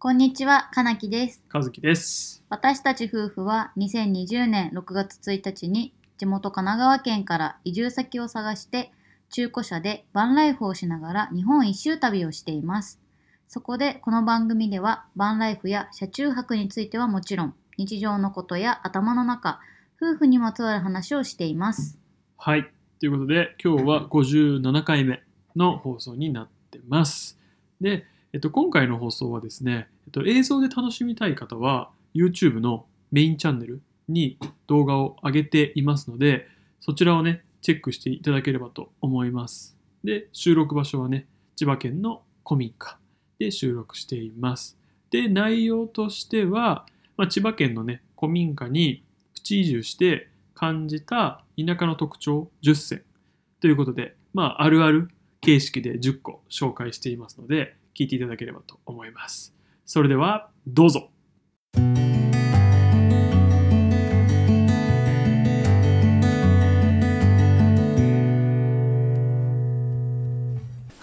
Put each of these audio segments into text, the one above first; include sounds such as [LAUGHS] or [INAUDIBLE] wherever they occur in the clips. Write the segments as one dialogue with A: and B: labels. A: こんにちは、かなきです。
B: 和樹です。
A: 私たち夫婦は2020年6月1日に地元神奈川県から移住先を探して中古車でバンライフをしながら日本一周旅をしています。そこでこの番組ではバンライフや車中泊についてはもちろん日常のことや頭の中、夫婦にまつわる話をしています。
B: はい。ということで、今日は57回目の放送になってます。で、えっと、今回の放送はですね、えっと、映像で楽しみたい方は、YouTube のメインチャンネルに動画を上げていますので、そちらをね、チェックしていただければと思います。で、収録場所はね、千葉県の古民家で収録しています。で、内容としては、まあ、千葉県のね、古民家にプチ移住して感じた田舎の特徴10選ということで、まあ、あるある形式で10個紹介していますので、聞いていただければと思います。それでは、どうぞ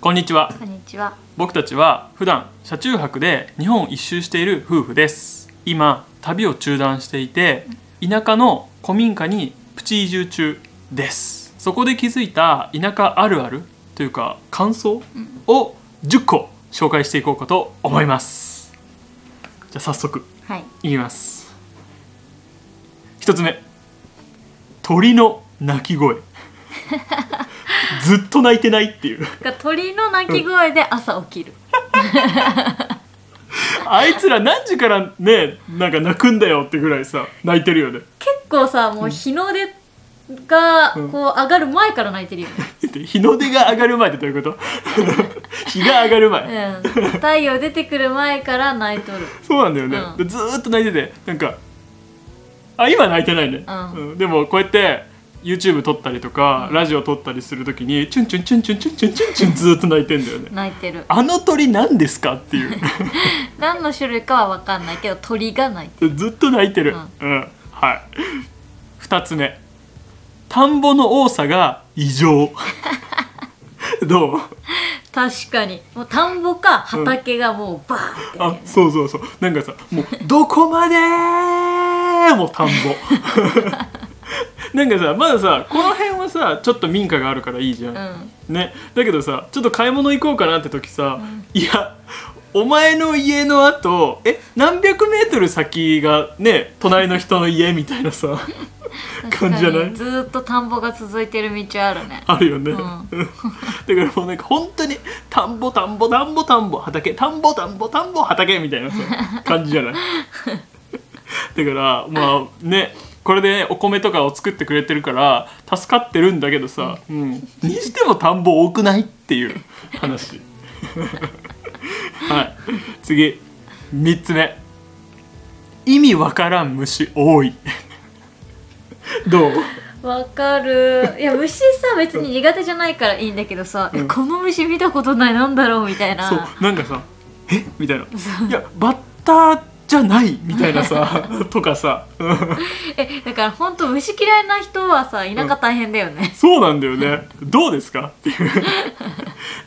B: こんにちは。
A: こんにちは。
B: 僕たちは普段車中泊で日本一周している夫婦です今旅を中断していて田舎の古民家にプチ移住中ですそこで気づいた田舎あるあるというか感想
A: うん
B: を10個紹介していこうかと思いますじゃあ早速
A: はい。
B: いきます一つ目鳥の鳴き声ずっと鳴いてないっていう
A: 鳥の鳴き声で朝起きる。
B: あいつら何時からねなんか泣くんだよってぐらいさ泣いてるよね
C: 結構さもう日の出が
B: う
C: こ
B: ん
C: う上がる前から泣いてるよ
B: [LAUGHS] で日の出が上がる前ってどういうこと [LAUGHS] 日が上がる前、
C: ね、うん、太陽出てくる前から泣いとる
B: そうなんだよね、
C: うん
B: でずーっと泣いててなんかあ今泣いてないね、
C: うん
B: でもこうやって YouTube 撮ったりとか、
C: うん
B: ラジオ撮ったりするときにチュンチュンチュンチュンチュンチュンチュンチュンずーっと泣いてんだよね
C: 泣いてる
B: あの鳥何ですかっていう
C: 何の種類かは分かんないけど鳥が泣いて
B: ずっと泣いてる、うんはい2つ目田んぼの多さが異 [LAUGHS] 常どう
C: る確かにもう田んぼか畑がもうバーって、
B: あそうそうそうなんかさもうどこまでも田んぼ [LAUGHS] なんかさまださこの辺はさちょっと民家があるからいいじゃん、
C: うん
B: [LAUGHS] ねだけどさちょっと買い物行こうかなって時さ、いやお前の家のあとえ何百メートル先がね隣の人の家みたいなさ感じじゃ
C: [LAUGHS]
B: な
C: 確か
B: い
C: にずーっと田んぼが続いてる道あるね
B: あるよね、
C: うん
B: [LAUGHS] だからもうなんか本当に田んぼ田んぼ田んぼ田んぼ畑田んぼ田んぼ田んぼ畑みたいなさ感じじゃない [LAUGHS] だからまあねこれでお米とかを作ってくれてるから助かってるんだけどさ、うん、にしても田んぼ多くないっていう話 [LAUGHS] はい次3つ目意味わからん虫多いどう
C: わかるいや虫さ別に苦手じゃないからいいんだけどさ、
B: うん
C: この虫見たことないなんだろうみたいな
B: そうなんかさ「えみたいな「いやバッターじゃない」みたいなさ [LAUGHS] とかさうん
C: えだから本当虫嫌いな人はさ田舎大変だよね、
B: そうなんだよねどうですかっていう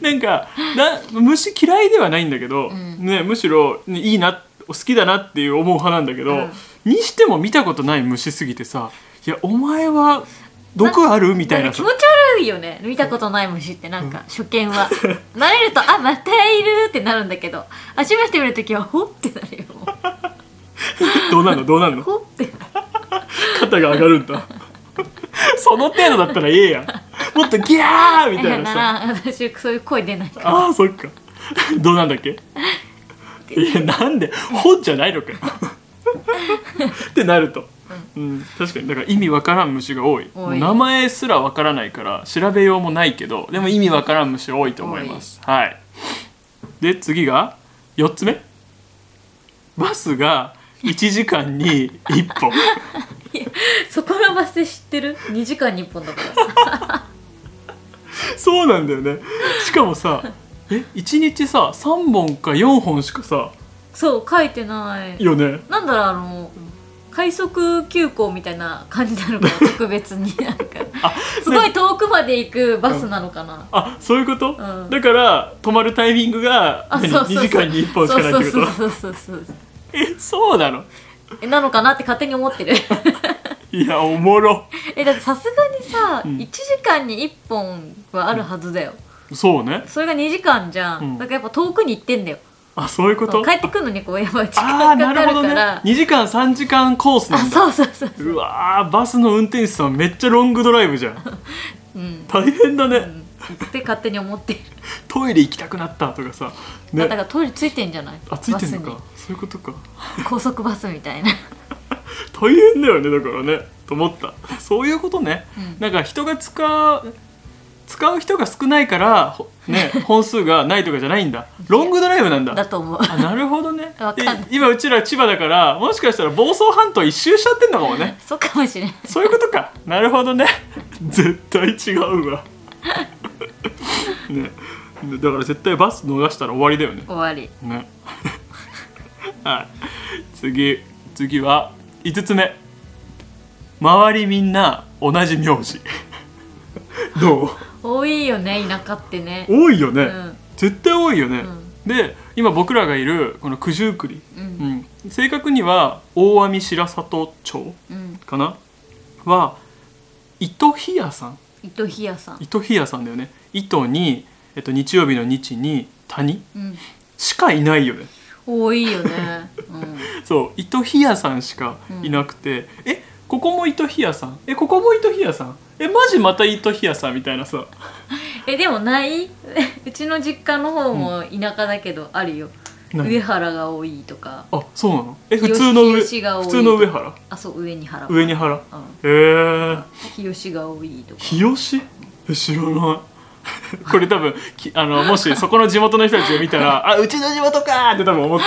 B: なんかな虫嫌いではないんだけど、
C: ん
B: ね、むしろ、ねいいな好きだなっていう思う派なんだけど、
C: うん
B: にしても見たことない虫すぎてさ「いやお前は毒ある?」みたい
C: なん
B: な
C: か気
B: さ
C: 持ち悪いよね見たことない虫ってなんか初見は慣れるとあまたいるってなるんだけど初めて見るときはほってなるよ
B: どうなんのどうなんの
C: ほってなる
B: 肩が上がるん
C: [LAUGHS]
B: だその程度だったらええやんもっとギャーみ
C: い
B: た
C: や
B: いな
C: な
B: さ
C: ら私そういう声出ないから
B: ああそっかどうなんだっけいやなんで本じゃないの [LAUGHS] かよってなると、うん、確かにだから意味わからん虫が多い
C: 多い
B: 名前すらわからないから調べようもないけどでも意味わからん虫多いと思いますはいで次が4つ目バスが1時間に1本
C: そこのバス停知ってる2時間に1本だから
B: そうなんだよねしかもさえ1日さ3本か4本しかさ
C: そう書いてない
B: よね
C: なんだろうあの快速急行みたいな感じなのか
B: [LAUGHS]
C: な特別になんか
B: あ
C: すごい遠くまで行くバスなのかな、
B: あそういうこと、
C: うん
B: だから泊まるタイミングが
C: あ
B: 何
C: そうそうそう
B: 2時間に1本し
C: そ
B: か
C: う
B: ないっ
C: そう
B: てこ
C: そう
B: と
C: そうそうそう
B: えそうなの
C: えなのかなって勝手に思ってる
B: いやおもろ
C: えだってさすがにさ、
B: うん
C: 1時間に1本はあるはずだよ
B: そうね
C: それが2時間じゃん、
B: うん
C: だからやっぱ遠くに行ってんだよ
B: あそういうこと
C: 帰ってくるのにこうやっぱ時
B: ああ
C: 間
B: ーな
C: かか
B: る
C: る
B: ほど
C: か
B: ね
C: ら
B: 2時間3時間コース
C: あ
B: なんだ
C: そうそうそう
B: うわーバスの運転手さんめっちゃロングドライブじゃん
C: うん、
B: 大変だね、
C: うん、って勝手に思ってる、
B: トイレ行きたくなったとかさ
C: だか
B: ね
C: らトイレついてんじゃない
B: あついてんの
C: バ
B: かそういうことか
C: スに高速バスみたいな、
B: 大変だよねだからねと思った [LAUGHS] そういうことね
C: うん
B: なんか人が使う使う人が少ないからほ
C: [LAUGHS]
B: ね本数がないとかじゃないんだロングドライブなんだ
C: だと思う
B: あなるほどね
C: わかんない
B: で今うちら千葉だからもしかしたら房総半島一周しちゃってんのかもね
C: そうかもしれない
B: そういうことか。なるほどね。 [LAUGHS] 絶対違うわ。 [LAUGHS] ね。だから絶対バス逃したら終わりだよね。
C: 終わり
B: ね。 [LAUGHS] はい。次、次は5つ目。周りみんな同じ名字。 [LAUGHS] どう
C: 多いよね田舎ってね
B: 多いよね。
C: うん
B: 絶対多いよね。
C: うん
B: で、今僕らがいるこの九十九里。
C: うん
B: うん。正確には大網白里町
C: うん
B: かなは糸ひやさん
C: 糸ひやさん
B: 糸ひやさんだよね糸に、えっと、日曜日の日に谷
C: うん
B: しかいないよね
C: 多いよねうん
B: そう糸ひやさんしかいなくて、えここも糸ひやさんえここも糸ひやさんえマジまた糸ひやさんみたいなさ
C: えでもない [LAUGHS] うちの実家の方も田舎だけどあるよ、
B: 何
C: 上原が多いとか
B: あそうなのえ普通の上
C: 日吉が多い
B: 普通の上原
C: あそう上に原
B: 上に原へ
C: うん
B: えー、
C: 日吉が多いとか
B: 日吉え知らない [LAUGHS] これ多分きあのもしそこの地元の人たちが見た
C: [LAUGHS]
B: ら「あうちの地元か!」って多分思って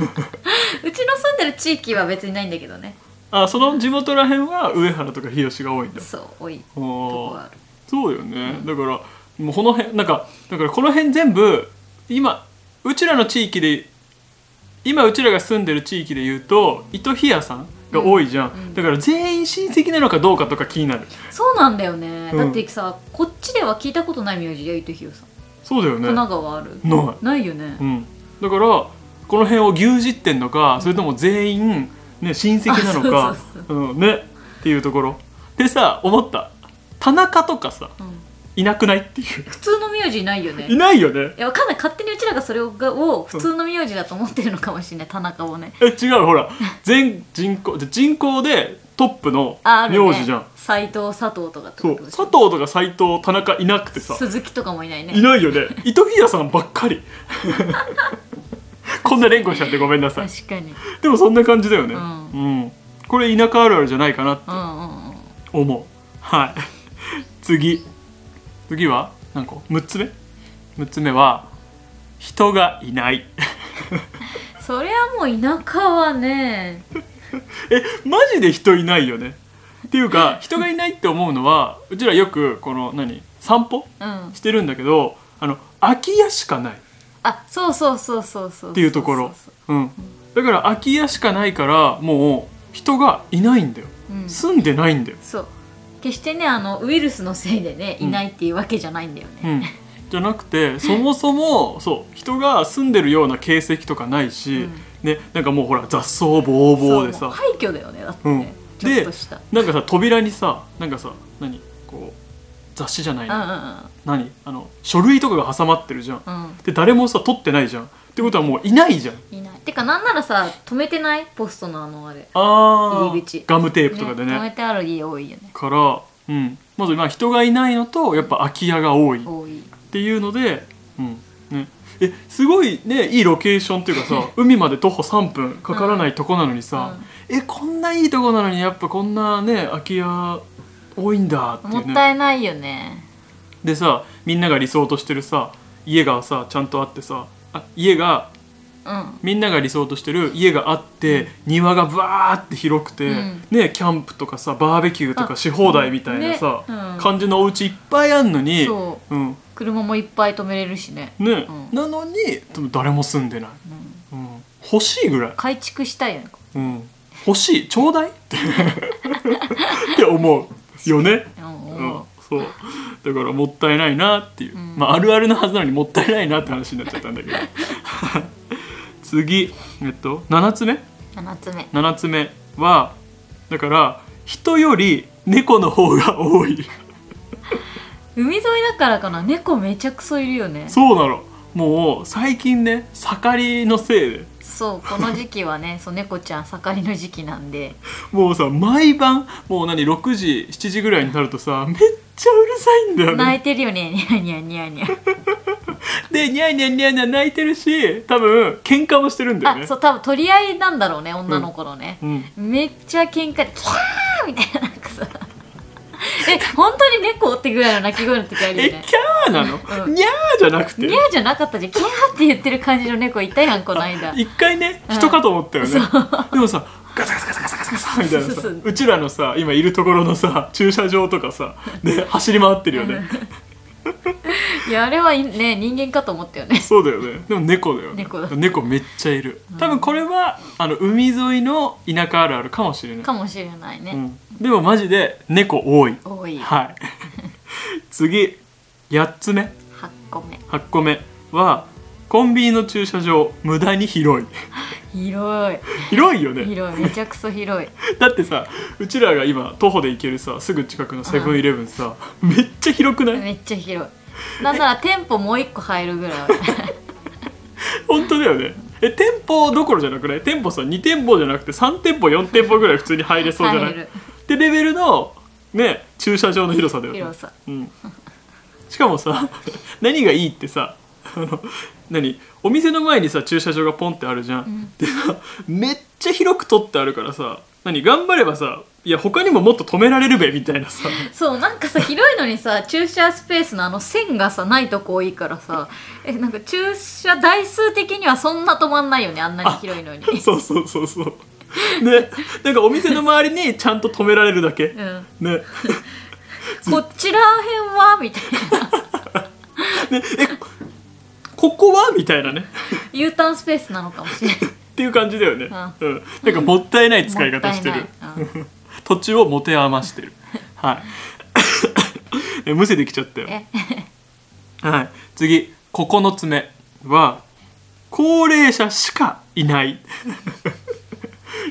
B: る
C: うちの住んでる地域は別にないんだけどね
B: あその地元らへんは上原とか日吉が多いんだ
C: そう多い
B: あ
C: とこ
B: ー
C: ある
B: そうよねだからもうこの辺なんかだからこの辺全部今うちらの地域で今うちらが住んでる地域で言うと糸日屋さんが多いじゃん、だから全員親戚なのかどうかとか気になる
C: そうなんだよね、
B: うん
C: だってさこっちでは聞いたことない名字や糸ひよさん
B: そうだよね
C: 神
B: な
C: 奈川ある
B: い、
C: ないよね
B: うん、だからこの辺を牛耳ってんのかそれとも全員、ね、親戚なの
C: あ
B: か
C: そう
B: うんねっていうところでさ思った田中とかさ
C: うん
B: いなくないっていう
C: 普通の名字ないよね
B: いないよね
C: いやわかんない勝手にうちらがそれをがを普通の名字だと思ってるのかもしれない田中をね
B: え違うほら全人口で人口でトップの
C: ああるね
B: 名字じゃん、
C: 斎藤佐藤とかって
B: そ
C: こ
B: う
C: とでし
B: 佐
C: ょ
B: 藤とか斎藤田中いなくてさ
C: 鈴木とかもいないね
B: いないよね
C: [LAUGHS]
B: 糸日屋さんばっかりこんな連呼しちゃってごめんなさい
C: 確かに
B: でもそんな感じだよね
C: う
B: うん、これ田舎あるあるじゃないかなって
C: うんうんうん
B: 思うはい次次は何個6つ目6つ目は人がいない
C: そりゃもう田舎はね
B: えマジで人いないよねっていう
C: [LAUGHS]
B: か人がいないって思うのはうちらよくこの何散歩
C: うん
B: してるんだけどあの空き家しかないっ
C: あそうそうそうそうそうって
B: いうところうんだから空き家しかないからもう人がいないんだよ
C: うん
B: 住んでないんだよ
C: そう決してねあのウイルスのせいでねいないっていうわけじゃないんだよ
B: う
C: ね、
B: ん、じゃなく
C: [LAUGHS]
B: てそもそもそう人が住んでるような形跡とかないし、
C: うん
B: ね、なんかもうほら雑草ぼうぼうで
C: そうも
B: さ
C: う廃墟だよねだって
B: うん
C: ね、ちょっ
B: で
C: とした
B: なんかさ扉にさなんかさ何こう雑誌じゃな
C: う
B: い
C: んう
B: な、
C: ん
B: 何あの書類とかが挟まってるじゃん
C: うん
B: で誰もさ取ってないじゃんってことはもういないじゃん
C: うんいないてかなんならさ止めてないポストのあのあれ
B: あー
C: 入り口
B: ガムテープとかでね
C: 止めてある家多いよね
B: から、うん、まずまあ人がいないのとやっぱ空き家が多い
C: 多い
B: っていうので、うんね、えすごいねいいロケーションっていうかさ海まで徒歩3分かからないとこなのにさ、えこんないいとこなのにやっぱこんなね空き家多いんだって
C: も
B: い
C: っ
B: うね
C: たいないよね
B: でさみんなが理想としてるさ家がさちゃんとあってさあ家が
C: うん
B: みんなが理想としてる家があって、庭がバーって広くて、
C: うん
B: ねキャンプとかさバーベキューとかし放題みたいなさ、
C: ねうん
B: 感じのお家いっぱいあんのに、
C: そう
B: ん、
C: 車もいっぱい止めれるしね、
B: ね、
C: うん
B: なのにでも誰も住んでない、
C: うん
B: うん、欲しいぐらい、
C: 改築したいよね
B: うん、欲しいちょうだいって [LAUGHS] って思うよね、
C: お
B: う
C: ー
B: ん、そうだからもったいないなっていう、
C: うん
B: まあ、あるあるのはずなのにもったいないなって話になっちゃったんだ
C: [LAUGHS]
B: けど次えっと7つ目
C: 7つ目
B: 7つ目はだから人より猫の方が多い [LAUGHS]
C: 海沿いだからかな猫めちゃくそいるよね
B: そうなのもう最近ね盛りのせいで
C: そうこの時期はねそう猫ちゃん盛りの時期なんで
B: もうさ毎晩もう何6時7時ぐらいになるとさめっちゃうるさいんだよ
C: 泣
B: ね
C: いてるよねニャーニャーニャーニャー
B: でニャーニャーニャーニャー泣いてるし多分喧嘩もしてるんだよね
C: あそう多分取り合いなんだろうね女の子のね、
B: うん、
C: めっちゃ喧嘩でキャーみたいななんかさえ本当に猫ってぐらいの鳴き声の時あるよ
B: え
C: ね
B: キャーなの、
C: うん
B: ニャーじゃなくて
C: ニャーじゃなかったじゃんキャーって言ってる感じの猫いたやんこの間
B: 一回ね
C: うん
B: 人かと思ったよね、でもさガサガサガサガサガサガサみたいな
C: そう
B: さ
C: そう
B: うちらのさ今いるところのさ駐車場とかさ
C: [LAUGHS]
B: で走り回ってるよね
C: いやあれはいね人間かと思ったよね
B: そうだよねでも猫だよね
C: 猫だ
B: めっちゃいる多分これはあの海沿いの田舎あるあるかもしれない
C: かもしれないね、
B: うん、でもマジで猫多い
C: 多い8
B: はい [LAUGHS] 次8つ目
C: 個目
B: 8個目はコンビニの駐車場無駄に広い [LAUGHS]
C: 広い
B: 広いよね
C: 広いめちゃくそ広い
B: [LAUGHS] だってさうちらが今徒歩で行けるさすぐ近くのセブンイレブンさめっちゃ広くない
C: めっちゃ広いなんなら店舗もう一個入るぐらい
B: 本当だよねえ店舗どころじゃなくない店舗さ2店舗じゃなくて3店舗4店舗ぐらい普通に入れそうじゃない
C: 入る
B: ってレベルのね駐車場の広さだよね
C: 広さ
B: うん、しかもさ [LAUGHS] 何がいいってさあの何お店の前にさ駐車場がポンってあるじゃん、
C: ん
B: でさめっちゃ広く取ってあるからさ何頑張ればさいや他にももっと止められるべみたいなさ
C: そうなんかさ広いのにさ駐車スペースのあの線がさないとこ多いからさえなんか駐車台数的にはそんな止まんないよねあんなに広いの
B: [LAUGHS]
C: に
B: そうそうそうそうねなんかお店の周りにちゃんと止められるだけ
C: う、ん
B: ね
C: こちらへんはみたいな
B: ねえここはみたいなね
C: U ターンスペースなのかもしれない
B: っていう感じだよね、
C: う
B: うん、なんかもったいない使い方して
C: も
B: る
C: ったいないうん
B: 土地を持て余してるはい [LAUGHS] えむせてきちゃったよ
C: え
B: はい次9つ目は高齢者しかいない [LAUGHS]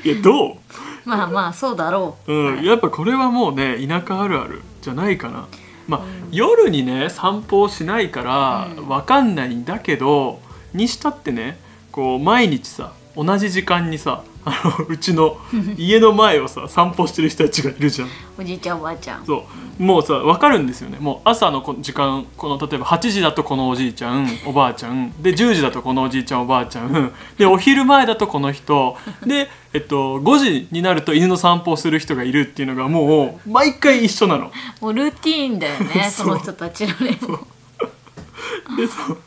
B: いやど
C: まあまあそうだろう、
B: う、うん、やっぱこれはもうね田舎あるあるじゃないかなまあ、夜にね散歩をしないから
C: うん
B: わかんないんだけど、にしたってねこう毎日さ同じ時間にさあのうちの家の前をさ散歩してる人たちがいるじゃん
C: おじいちゃんおばあちゃん
B: そうもうさ分かるんですよねもう朝のこ時間この例えば8時だとこのおじいちゃん [LAUGHS] おばあちゃんで10時だとこのおじいちゃんおばあちゃん [LAUGHS] でお昼前だとこの人で、えっと、5時になると犬の散歩をする人がいるっていうのがもう毎回一緒なの。
C: もうルーティーンだよ
B: [LAUGHS]
C: ね
B: そ
C: そうの人たちのねもう
B: でそう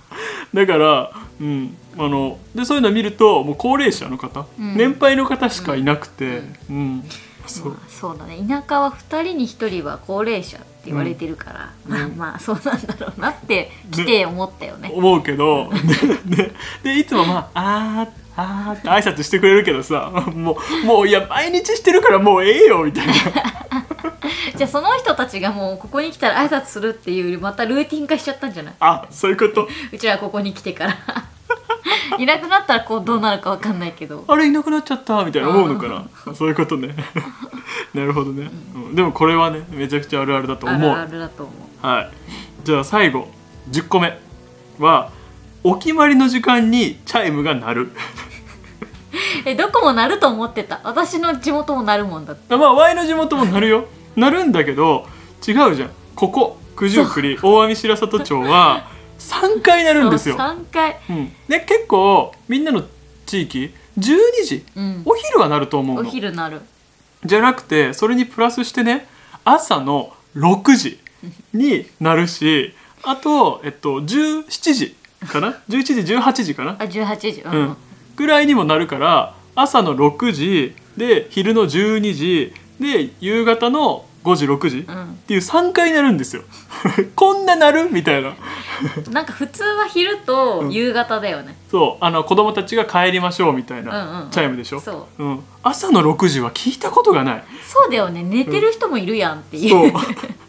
B: だから、うん、あのでそういうのを見るともう高齢者の方、
C: うん
B: 年配の方しかいなくて、うんそう
C: まあそうだね田舎は2人に1人は高齢者って言われてるから、まあまあそうなんだろうなって来て思ったよね
B: 思うけどでででいつもまあ「あーあー」って挨拶してくれるけどさもうもういや毎日してるからもうええよみたいな
C: じゃあその人たちがもうここに来たら挨拶するっていうまたルーティン化しちゃったんじゃない
B: あそういうこと
C: うちらここに来てから [LAUGHS] いなくなったらこうどうなるかわかんないけど
B: あれいなくなっちゃったみたいな思うのかなそういうことね [LAUGHS] なるほどね、うんでもこれはねめちゃくちゃあるあるだと思
C: あ
B: う
C: るあるだと思う
B: はいじゃあ最後10個目はお決まりの時間にチャイムが鳴る
C: えどこもなると思ってた私の地元もなるもんだって
B: まあ Y の地元も鳴るよ鳴るんだけど違うじゃんここ九十九里大網白里町は3回鳴るんですよ、
C: 3回
B: うん、で結構みんなの地域12時
C: うん
B: お昼は鳴ると思う
C: お
B: の
C: 昼なる
B: じゃなくてそれにプラスしてね朝の6時になるしあと、えっと、17時かな11時18時かな
C: あ18時うん、
B: うん、ぐらいにもなるから朝の6時で昼の12時で夕方の5時6時っ
C: う、
B: ていう3回鳴るんですよ [LAUGHS] こんな鳴るみたいなん
C: なんか普通は昼と夕方だよね、
B: そうあの子供たちが帰りましょうみたい
C: うんうんう
B: なんチャイムでしょ、
C: そう
B: うん朝の6時は聞いたことが
C: [LAUGHS]
B: ない
C: そうだよね寝てる人もいるやんっていう、 [LAUGHS]
B: そう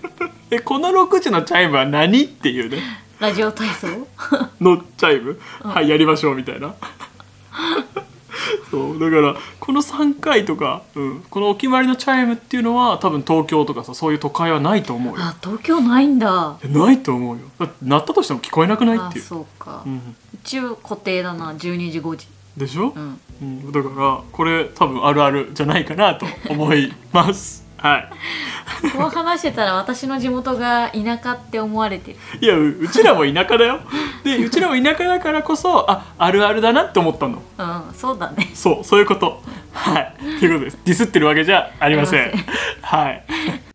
B: [LAUGHS] えこの6時のチャイムは何っていうね
C: ラジオ体操
B: のチャイム、はいやりましょうみたいなそうだからこの3回とか、うん、このお決まりのチャイムっていうのは多分東京とかさそういう都会はないと思うよ
C: あ東京ないんだ
B: いやないと思うよだって鳴ったとしても聞こえなくない
C: あ
B: っていう
C: そうか、
B: うん、
C: 一応固定だな12時5時
B: でしょ
C: う、ん
B: うん、だからこれ多分あるあるじゃないかなと思いますはい
C: こう話してたら私の地元が田舎って思われてる
B: いやううちらも田舎だよでうちらも田舎だからこそああるあるだなって思ったの
C: うんそうだね
B: そうそういうことはいということですディスってるわけじゃありませ
C: あ
B: ん
C: りま
B: はい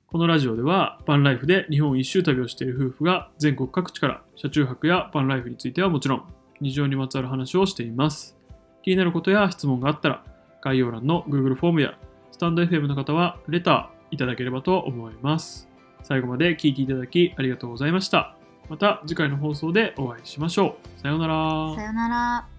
D: このラジオではバンライフで日本一周旅をしている夫婦が全国各地から車中泊やバンライフについてはもちろん日常にまつわる話をしています気になることや質問があったら概要欄の Google フォームやスタンド FM の方はレターいただければと思います最後まで聞いていただきありがとうございましたまた次回の放送でお会いしましょうさようなら
A: さよなら。